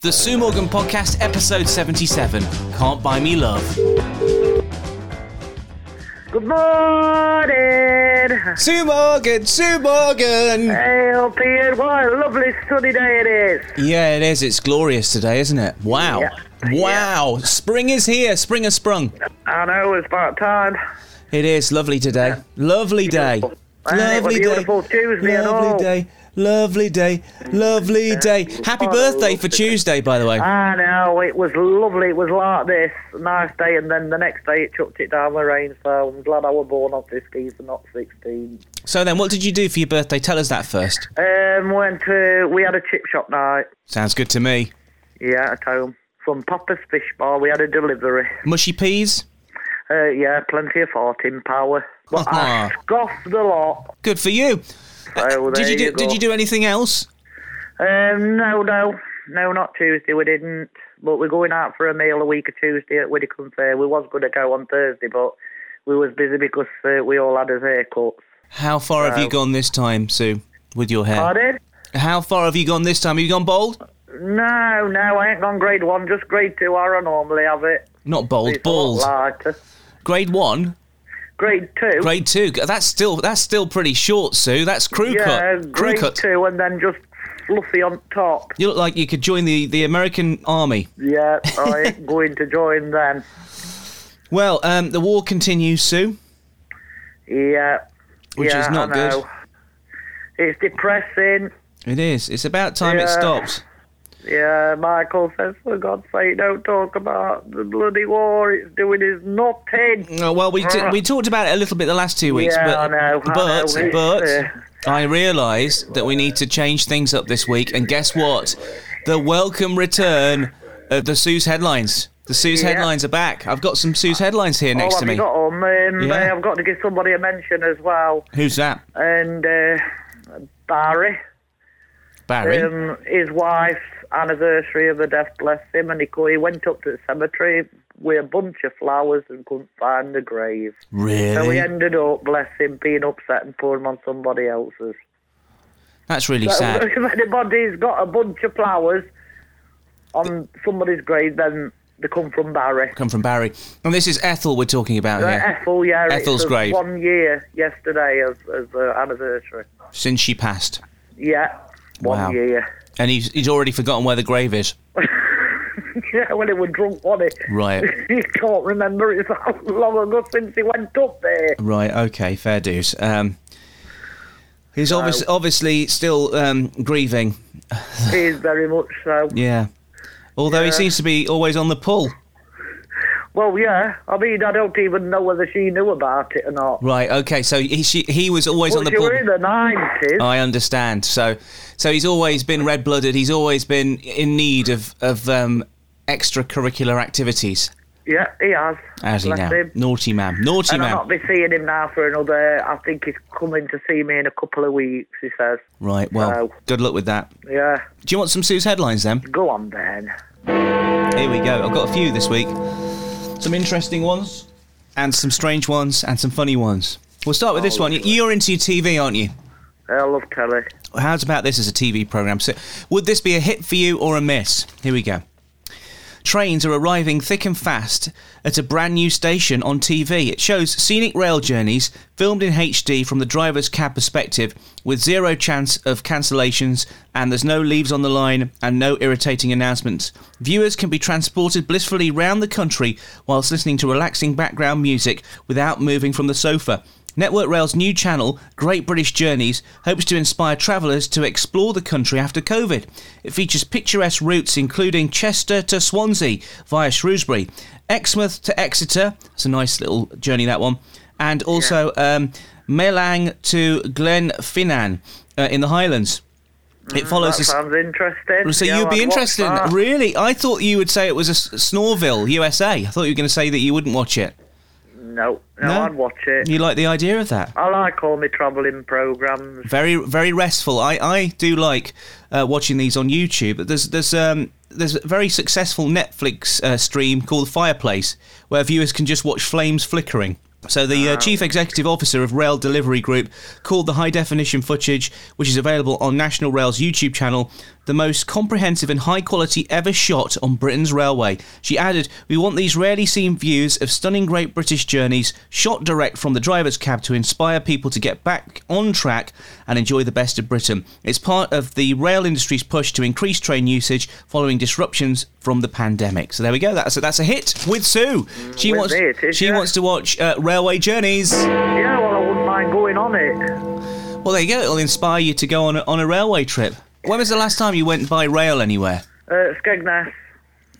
The Sue Morgan Podcast, episode 77 Can't Buy Me Love. Good morning. Sue Morgan, Sue Morgan! Hey, up here. What a lovely sunny day it is. Yeah, it is. It's glorious today, isn't it? Wow. Yeah. Wow. Spring is here. Spring has sprung. I know it's about time. It is lovely today. Lovely day. Beautiful. Hey, what a Lovely beautiful day. Tuesday and lovely all. day. Lovely day. Lovely day. Happy Oh, birthday for lovely. Tuesday, by the way. I know it was lovely. It was like this nice day, and then the next day it chucked it down with rain. So I'm glad I was born on 15th and not 16th. So then, what did you do for your birthday? Tell us that first. Um, went to we had a chip shop night. Sounds good to me. Yeah, at home from Papa's Fish Bar. We had a delivery. Mushy peas? Uh, yeah, plenty of farting power. But I scoffed a lot. Good for you. So Ah. did there you do, go. did you do anything else? Um, no, no, no, not Tuesday. We didn't. But we're going out for a meal a week of Tuesday at Widdicombe Fair. We was going to go on Thursday, but we was busy because uh, we all had us haircuts. How far have you gone this time, Sue, with your hair? Pardon? How far have you gone this time? Have you gone bald? No, no, I ain't gone grade one, just grade two. I normally have it. Not bald, It's a lot bald. lighter. Grade one, Grade two. grade two. That's still that's still pretty short, Sue. That's crew yeah, cut. Crew grade cut. two, and then just fluffy on top. You look like you could join the the American army. Yeah, I ain't going to join then. Well, um, the war continues, Sue. Yeah. Which yeah, is not I good. know. It's depressing. It is. It's about time it Yeah. stops. Yeah, Michael says, for God's sake, don't talk about the bloody war. It's doing his nothing. Oh, well, we t- we talked about it a little bit the last two weeks, Yeah, but I know, I but know, we- but yeah. I realised that we need to change things up this week, and guess what? The welcome return of the Sue's headlines. The Sue's Yeah. headlines are back. I've got some Sue's headlines here next oh, to I've me. got 'em. Um, Yeah. I've got to give somebody a mention as well. Who's that? And uh, Barry, Barry. um, his wife's anniversary of the death, bless him, and he, co- he went up to the cemetery with a bunch of flowers and couldn't find the grave. So really? he ended up, bless him, being upset and putting 'em on somebody else's. That's really sad. if anybody's got a bunch of flowers on somebody's grave, then they come from Barry. Come from Barry. And this is Ethel we're talking about Uh, here. Ethel, yeah, it's Ethel's just grave. one year yesterday as, as the anniversary. Since she passed, Yeah, one Wow. year. and he's he's already forgotten where the grave is. yeah, when it was drunk, wasn't it? Right. you can't remember. It's how long ago since he went up there. Right. Okay. Fair dues. Um, he's obvious, obviously still um, grieving. He's very much so. Yeah. Although he Yeah. seems to be always on the pull. Well, yeah. I mean, I don't even know whether she knew about it or not. Right. Okay. So he she, he was always But on the Oh. she pull. were in the nineties. I understand. So so he's always been red blooded. He's always been in need of of um, extracurricular activities. yeah, he has. As he Bless now him. naughty man, naughty And I'll man. not be seeing him now for another. I think he's coming to see me in a couple of weeks. He says, Right. Well, No. good luck with that. "Yeah, Do you want some Sue's headlines then? go on then." Here we go. I've got a few this week. Some interesting ones, and some strange ones, and some funny ones. We'll start with this one. You- You're into your TV, aren't you? I love telly. How's about this as a TV program? So, would this be a hit for you or a miss? Here we go. Trains are arriving thick and fast at a brand new station on TV. It shows scenic rail journeys filmed in HD from the driver's cab perspective with zero chance of cancellations and there's no leaves on the line and no irritating announcements. Viewers can be transported blissfully round the country whilst listening to relaxing background music without moving from the sofa. Network Rail's new channel, Great British Journeys, hopes to inspire travellers to explore the country after COVID. It features picturesque routes including Chester to Swansea via Shrewsbury, Exmouth to Exeter, it's a nice little journey that one, and also um, Melang to Glenfinnan uh, in the Highlands. It follows Mm, That this. sounds interesting. So Yeah, you'd be I'd watch interested in that. that. Really? I thought you would say it was a S- Snorville, USA. I thought you were going to say that you wouldn't watch it. No, no, No? I'd watch it. You like the idea of that? I like all my travelling programmes. very very restful. I, I do like uh, watching these on YouTube. But There's there's um there's a very successful Netflix uh, stream called Fireplace where viewers can just watch flames flickering. So the uh, chief executive officer of Rail Delivery Group called the high definition footage, which is available on National Rail's YouTube channel, the most comprehensive and high quality ever shot on Britain's railway. She added, We want these rarely seen views of stunning great British journeys shot direct from the driver's cab to inspire people to get back on track and enjoy the best of Britain. It's part of the rail industry's push to increase train usage following disruptions from the pandemic. So there we go. That's a, that's a hit with Sue. She With wants it, it's she a- wants to watch uh, railway journeys. Yeah, well, I wouldn't mind going on it. Well, there you go. It'll inspire you to go on a, on a railway trip. When was the last time you went by rail anywhere? Uh, Skegness,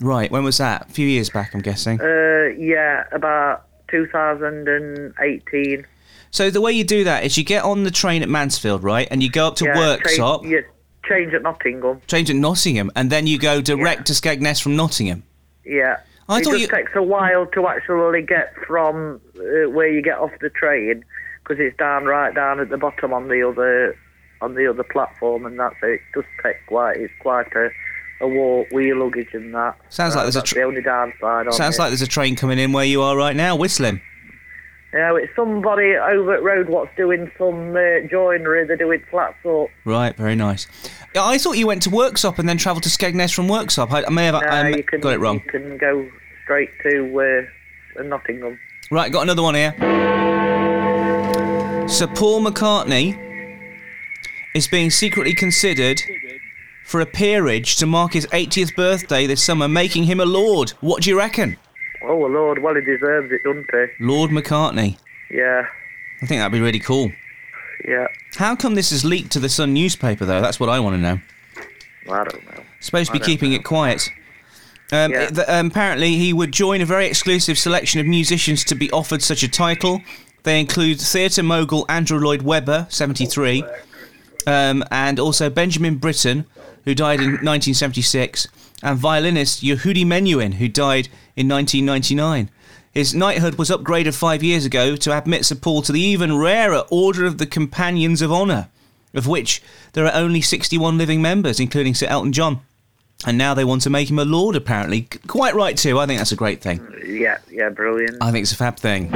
Right, when was that? A few years back, I'm guessing. uh, yeah, about 2018. so the way you do that is you get on the train at Mansfield, right, and you go up to Yeah, Worksop, Change, yeah, change at Nottingham. change at Nottingham, and then you go direct to Skegness from Nottingham. Yeah. Oh, I it thought just you- takes a while to actually get from uh, where you get off the train because it's down right down at the bottom on the other on the other platform, and that's it. It does take quite it's quite a, a walk with your luggage and that. Sounds like Uh, there's a that's tr- the only downside. On Sounds it. like there's a train coming in where you are right now, whistling. you know, it's somebody over at Road what's doing some uh, joinery. They're doing flats up. Right, very nice. I thought you went to Worksop and then travelled to Skegness from Worksop. I, I may have I, Uh, may- you can got it wrong. You can go straight to uh, Nottingham. Right, got another one here. Sir Paul McCartney is being secretly considered for a peerage to mark his 80th birthday this summer, making him a lord. What do you reckon? Oh Lord, well he deserves it, doesn't he? Lord McCartney. Yeah, I think that'd be really cool. yeah. How come this is leaked to the Sun newspaper, though? That's what I want to know. I don't know. Supposed to be I don't keeping it quiet. Um, Yeah. it- th- um, apparently, he would join a very exclusive selection of musicians to be offered such a title. They include theatre mogul Andrew Lloyd Webber, 73, um, and also Benjamin Britten, who died in 1976, and violinist Yehudi Menuhin, who died in 1999. His knighthood was upgraded five years ago to admit Sir Paul to the even rarer Order of the Companions of Honour, of which there are only 61 living members, including Sir Elton John. And now they want to make him a lord, apparently. C- Quite right, too. I think that's a great thing. Yeah, yeah, brilliant. I think it's a fab thing.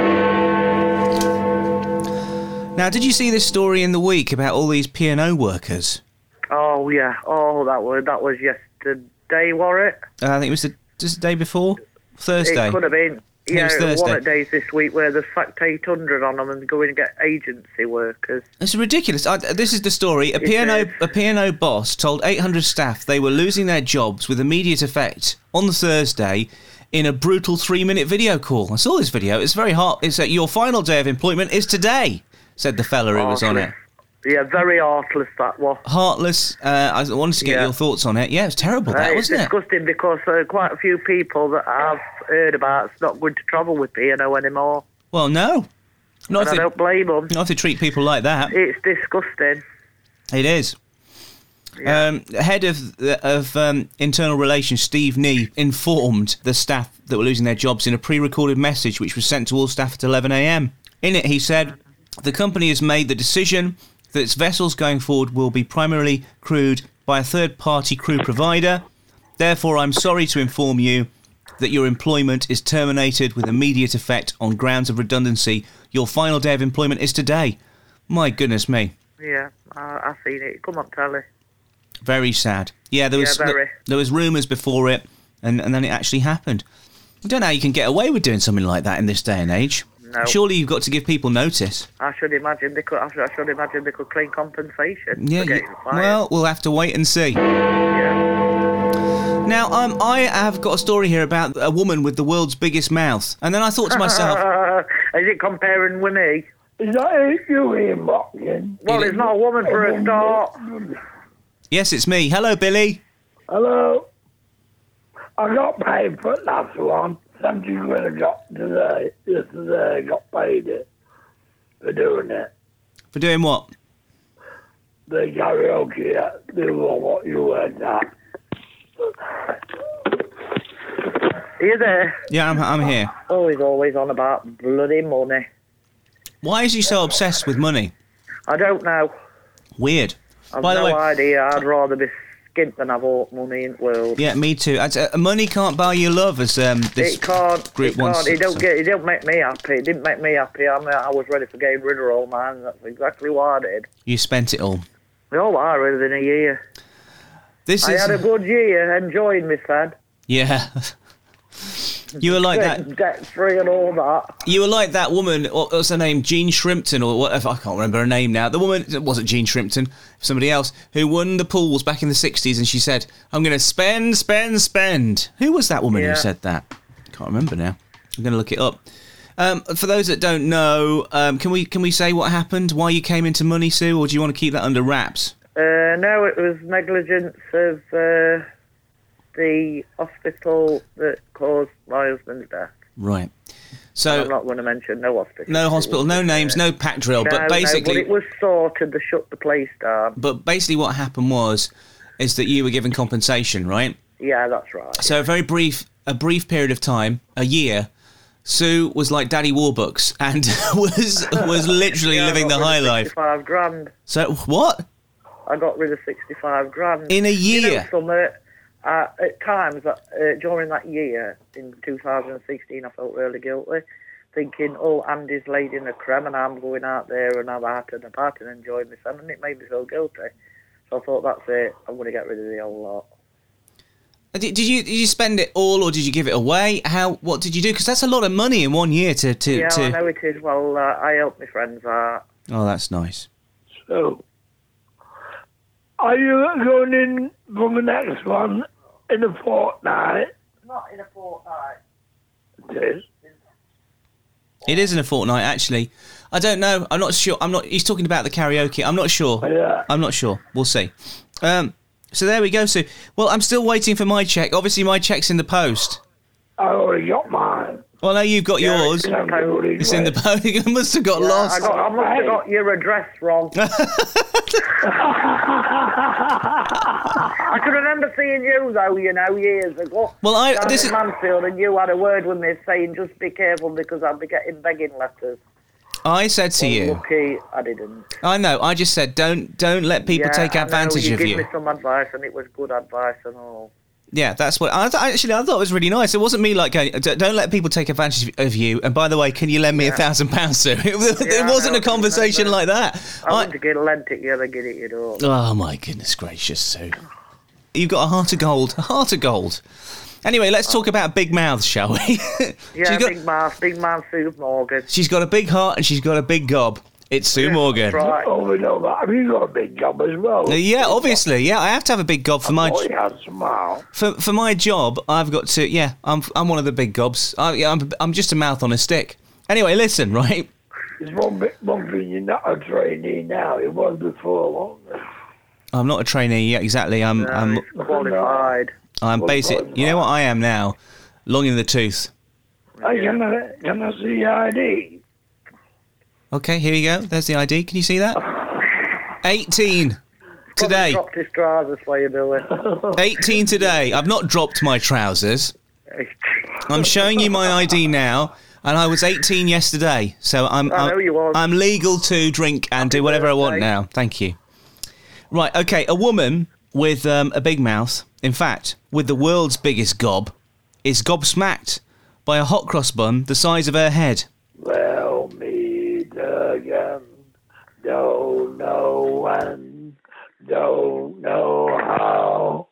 Now, did you see this story in the week about all these P&O workers? Oh yeah. Oh, that was that was yesterday, was it? Uh, I think it was the, just the day before? Thursday. It could have been. it Yeah, was Thursday. one of days this week where they sacked 800 on them and go in and get agency workers. It's ridiculous. I, this is the story. A P&O, is. a P&O boss told 800 staff they were losing their jobs with immediate effect on the Thursday in a brutal three-minute video call. I saw this video. It's very hot. It's that your final day of employment is today, said the fella Oh, who was on it. Oh, Yeah, very artless that was. Heartless. Uh, I wanted to get Yeah. your thoughts on it. Yeah, it was terrible, that, Uh, it's wasn't it? disgusting because uh, quite a few people that I've heard about it's not good to travel with P&O anymore. Well, no. Not if, And I they, don't blame them. not if they treat people like that. It's disgusting. It is. Um, the head of the- of um, internal relations, Steve Nee, informed the staff that were losing their jobs in a pre-recorded message, which was sent to all staff at 11 a.m. In it, he said, "The company has made the decision that its vessels going forward will be primarily crewed by a third-party crew provider. Therefore, I'm sorry to inform you that your employment is terminated with immediate effect on grounds of redundancy. Your final day of employment is today." My goodness me. Yeah, I, I've seen it. Come on, Telly. Very sad. Yeah, there Yeah, was very. there was rumours before it, and, and then it actually happened. I don't know how you can get away with doing something like that in this day and age. No. Surely you've got to give people notice. I should imagine they could. I should, I should imagine they could claim compensation. Yeah. for you- getting fired. well, we'll have to wait and see. yeah. Now, um, I have got a story here about a woman with the world's biggest mouth, and then I thought to myself, Uh, is it comparing with me? Is that you here, Martin? Well, it's not a woman for a start. "Yes, it's me. Hello, Billy. Hello? I got paid for it last one. Seventy quid I got today. Yesterday I got paid it for doing it. For doing what? The karaoke at the one what you went at. Are you there? Yeah, I'm, I'm here. Oh, he's always on about bloody money. Why is he so obsessed with money? I don't know. Weird. I've By the no way, idea. I'd rather be skint than have all money in the world. yeah, me too. That's, uh, money can't buy you love, as um, this It can't. group it wants can't. It don't to- get. It don't make me happy. It didn't make me happy. I mean, I was ready for getting rid of all mine. That's exactly what I did. you spent it all. We all are, other than a year. This I is had a good year, enjoying my fad. yeah. you were like that. Debt free and all that. You were like that woman. What was her name? Jean Shrimpton or whatever. I can't remember her name now. The woman it wasn't Jean Shrimpton. Somebody else who won the pools back in the sixties, and she said, "I'm going to spend, spend, spend." Who was that woman Yeah. who said that? Can't remember now. I'm going to look it up. Um, for those that don't know, um, can we can we say what happened? Why you came into money, Sue, or do you want to keep that under wraps? Uh, no, it was negligence of uh, the hospital that caused my husband's death. Right. I'm So not going to mention no hospital. no hospital, no names, no pack drill, No, but basically, no, but it was sorted. They shut the place down. but basically, what happened was, is that you were given compensation, right? Yeah, that's right. So a very brief, a brief period of time, a year. Sue was like Daddy Warbucks and was was literally Yeah, I living the got rid of high life. 65 grand. So what I got rid of 65 grand. in a You know, year? summer, uh, at times uh, during that year in 2016, I felt really guilty, thinking, "Oh, Andy's laid in a creme, and I'm going out there and I'm out and about and enjoying myself," and it made me feel guilty. So I thought, "That's it. I'm going to get rid of the whole lot." Did, did you did you spend it all or did you give it away? How what did you do? Because that's a lot of money in one year to to. Yeah, I to... know it is. Well, uh, I helped my friends out. Oh, that's nice. So, are you going in for the next one in a fortnight? Not in a fortnight. It is. It is in a fortnight actually. I don't know. I'm not sure. I'm not. He's talking about the karaoke. I'm not sure. Yeah. I'm not sure. We'll see. Um. So there we go. So well, I'm still waiting for my check. Obviously, my check's in the post. I already got mine. Well, now you've got Yeah, yours. it's I've already It's in the got boat. You must have got I, lost. got, I must have got your address wrong. I can remember seeing you though, you know, years ago. Well, I- down this in is- Mansfield, and you had a word with me saying just be careful because I'll be getting begging letters. I said to you, Lucky I didn't. I know. I just said, don't don't let people Yeah, take I know, advantage you of give you. me some advice, and it was good advice and all. Yeah, that's what. I th- actually I thought it was really nice. It wasn't me like going, "D- don't let people take advantage of you. And by the way, can you lend me a thousand pounds, sir? It, Yeah, I wasn't know, a conversation I like that. I, I- wouldn't get lent at you, I get it, you know. oh my goodness gracious, Sue! You've got a heart of gold, a heart of gold. Anyway, let's talk about big mouths, shall we? Yeah, she's got big man, big man, Sue Morgan. she's got a big heart and she's got a big gob. It's Sue Morgan. Right. Oh, we know that. Have you got a big job as well? Uh, Yeah, obviously. Yeah, I have to have a big gob for my Oh, yeah, smile. for, for my job. I've got to. Yeah, I'm I'm one of the big gobs. I, yeah, I'm I'm just a mouth on a stick. Anyway, listen, right? It's one, bit, one thing you're not a trainee now. It was before, wasn't it? I'm not a trainee yet. Exactly. I'm Uh, I'm he's qualified. I'm Well, basic. God, You know what I am now? Long in the tooth. Hey, can I, can I see your ID? Okay, here you go. There's the ID. Can you see that? 18 today. Dropped his trousers for you, Billy. 18 today. I've not dropped my trousers. I'm showing you my ID now, and I was 18 yesterday, so I'm I know I'm, you was. I'm legal to drink and do whatever I want birthday. now. Thank you. Right, okay. A woman with um, a big mouth, in fact, with the world's biggest gob, is gobsmacked by a hot cross bun the size of her head. Well, meet again. Don't know when. Don't know how.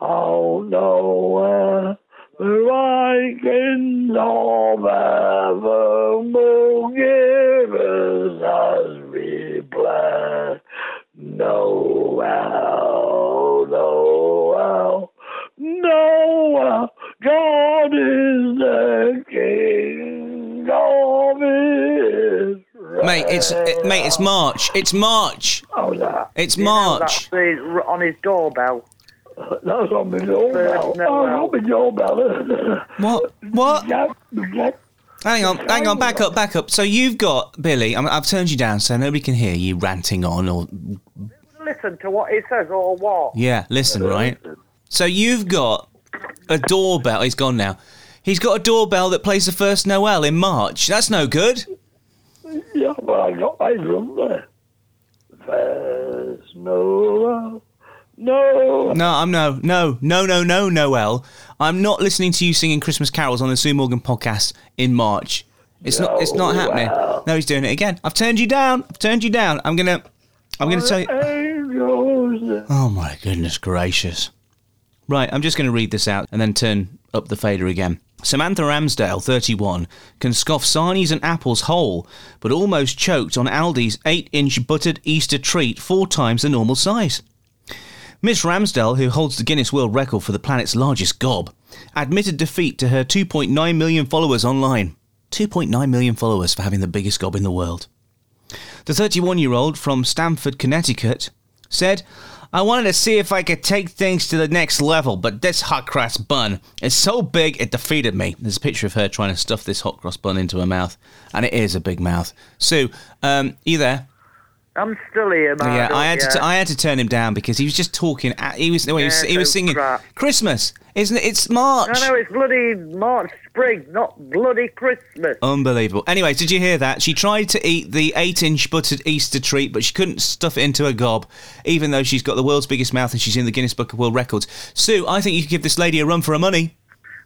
I'll know where. But I can forever will give us as we play. No well, no well, no well. God is the King of Israel. Mate, it's it, mate, it's March. It's March. How's that? It's You know, March. that's the- on his doorbell. That's on my doorbell. First, no, Oh, not my doorbell. What? What? Jack, Jack, Hang on, hang on, back up, back up. So you've got Billy. I'm, I've turned you down so nobody can hear you ranting on or Listen to what he says or what. Yeah, listen, right? So you've got a doorbell. He's gone now. He's got a doorbell that plays the first Noel in March. That's no good. Yeah, but I got my number. First, no, no. No, I'm no, no, no, no, no, Noel. I'm not listening to you singing Christmas carols on the Sue Morgan podcast in March. It's not. It's not happening. Noel. No, he's doing it again. I've turned you down. I've turned you down. I'm gonna. I'm gonna tell you. Ain't yours. Oh my goodness gracious. Right, I'm just going to read this out and then turn up the fader again. Samantha Ramsdale, 31, can scoff sarnies and apples whole, but almost choked on Aldi's 8 inch buttered Easter treat four times the normal size. Miss Ramsdale, who holds the Guinness World Record for the planet's largest gob, admitted defeat to her 2.9 million followers online. 2.9 million followers for having the biggest gob in the world. The 31 year old from Stamford, Connecticut, said, I wanted to see if I could take things to the next level, but this hot cross bun is so big it defeated me. There's a picture of her trying to stuff this hot cross bun into her mouth, and it is a big mouth. Sue, um, you there? I'm still here, man. yeah, I had to. T- I had to turn him down because he was just talking. At, he was. No, he was, Yeah, he was so singing crap. Christmas, isn't it? It's March. I know it's bloody March spring, not bloody Christmas. Oh. Unbelievable. Anyways, did you hear that? She tried to eat the eight-inch buttered Easter treat, but she couldn't stuff it into her gob, even though she's got the world's biggest mouth and she's in the Guinness Book of World Records. Sue, I think you could give this lady a run for her money.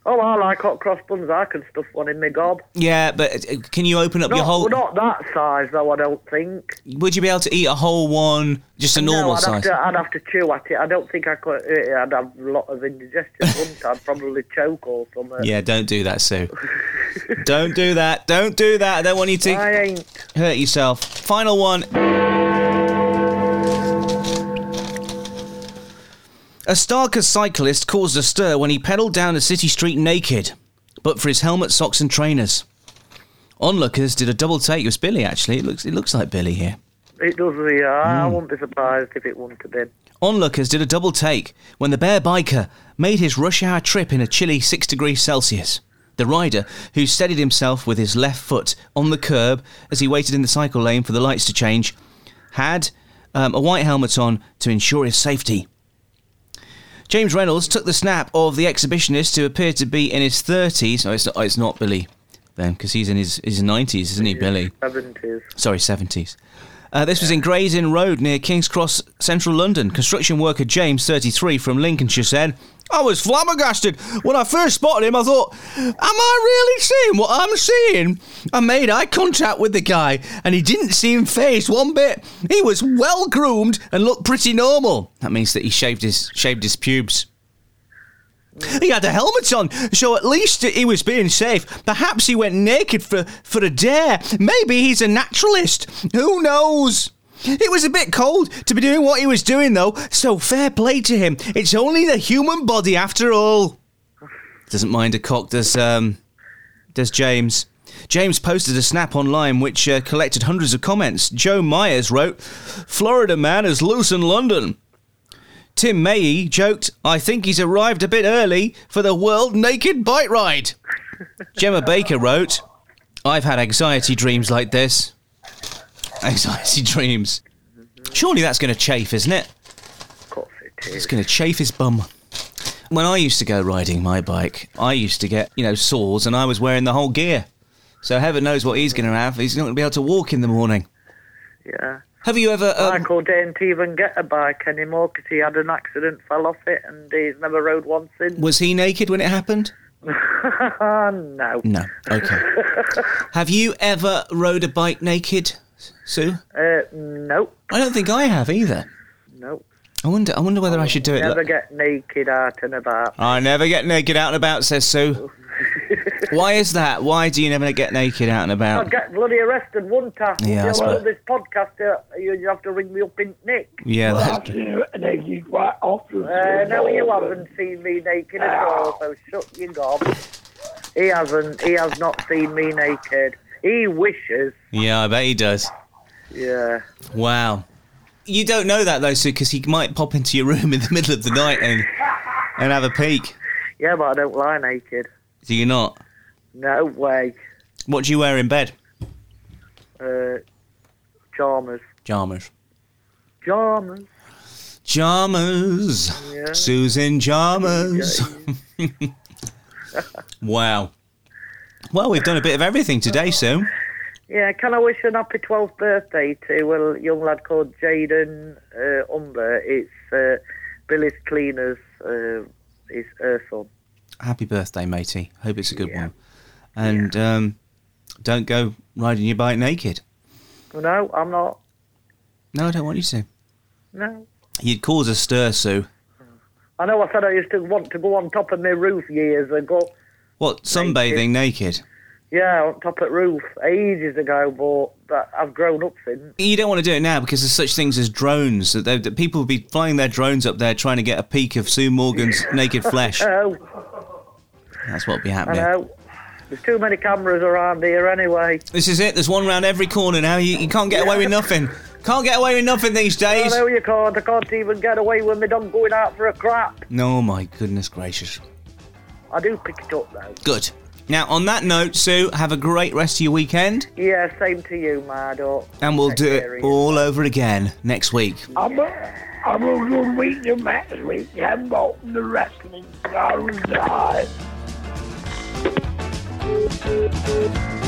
Oh, I like hot cross buns. I can stuff one in my gob. Yeah, but uh, can you open up Not, your whole? not that size, though, I don't think. Would you be able to eat a whole one, just a normal no, I'd size? Have to, I'd have to chew at it. I don't think I could. eh, I'd have a lot of indigestion. wouldn't I? I'd probably choke or something. Yeah, don't do that, Sue. don't do that. Don't do that. I don't want you to. I ain't. hurt yourself. Final one. A Starker cyclist caused a stir when he pedalled down a city street naked, but for his helmet, socks, and trainers. Onlookers did a double take. It was Billy, actually. It looks, it looks like Billy here. It does, yeah. I Mm. wouldn't be surprised if it wouldn't have been. Onlookers did a double take when the bear biker made his rush hour trip in a chilly 6 degrees Celsius. The rider, who steadied himself with his left foot on the curb as he waited in the cycle lane for the lights to change, had um, a white helmet on to ensure his safety. James Reynolds took the snap of the exhibitionist who appeared to be in his 30s. No, it's not, it's not Billy then, because he's in his, his 90s, isn't he, Billy? 70s. sorry, 70s. Uh, this was in Gray's Inn Road near King's Cross, central London. Construction worker James, 33, from Lincolnshire, said, I was flabbergasted. When I first spotted him, I thought, Am I really seeing what I'm seeing? I made eye contact with the guy, and he didn't seem phased one bit. He was well groomed and looked pretty normal. That means that he shaved his, shaved his pubes. He had a helmet on, so at least he was being safe. Perhaps he went naked for, for a dare. Maybe he's a naturalist. Who knows? It was a bit cold to be doing what he was doing, though, so fair play to him. It's only the human body after all. Doesn't mind a cock, does, um, does James. James posted a snap online which uh, collected hundreds of comments. Joe Myers wrote, Florida man is loose in London. Tim Mayey joked, I think he's arrived a bit early for the World Naked Bike Ride. Gemma Baker wrote, I've had anxiety dreams like this. Anxiety dreams. Surely that's going to chafe, isn't it? Of course it It's is. going to chafe his bum. When I used to go riding my bike, I used to get, you know, sores and I was wearing the whole gear. So heaven knows what he's going to have. He's not going to be able to walk in the morning. Yeah. Have you ever. Um, Michael didn't even get a bike anymore because he had an accident, fell off it, and he's never rode one since. was he naked when it happened? no. No. Okay. have you ever rode a bike naked, Sue? Uh, no. I don't think I have either. No. I wonder. I wonder whether I should do it. Never get naked out and about. I never get naked out and about, says Sue. Why is that? Why do you never get naked out and I'd about? get bloody arrested, wouldn't I? Yeah, I you know, suppose. this podcast, uh, you- you'd have to ring me up in Nick. Yeah. Well, Oh, That, I've seen you naked quite often. Uh, no, you haven't seen me naked at all, so shut your gob. He hasn't. He has not seen me naked. He wishes. yeah. I bet he does. Yeah. Wow. You don't know that though, Sue, because he might pop into your room in the middle of the night and and have a peek. Yeah, but I don't lie naked. Do you not? No way. What do you wear in bed? Uh, Chalmers. Jarmers. Chalmers. Jarmers. Yeah. Susan Jarmers. wow. Well, we've done a bit of everything today, Sue. Yeah, can I wish an happy 12th birthday to a young lad called Jaden uh, Umber? It's uh, Billy's Cleaners, uh, his, her son. happy birthday, matey. Hope it's a good Yeah. one. And um, don't go riding your bike naked. No, I'm not. No, I don't want you to. No. You'd cause a stir, Sue. I know I said I used to want to go on top of my roof years ago. What sunbathing naked? Yeah, on top of roof ages ago, but, but I've grown up since. You don't want to do it now because there's such things as drones that, they, that people would be flying their drones up there trying to get a peek of Sue Morgan's naked flesh. Oh, That's what would be I happening. know. There's too many cameras around here anyway. This is it. There's one round every corner now. You, you can't get away with nothing. Can't get away with nothing these I days. know you can't. I can't even get away with me dog going out for a crap. No, my goodness gracious. I do pick it up though. Good. Now, on that note, Sue, have a great rest of your weekend, Yeah, same to you, my dog. and we'll Take do care of it you. all over again next week. I'm a, I'm a good week to next week. I'm on the wrestling. I'll die.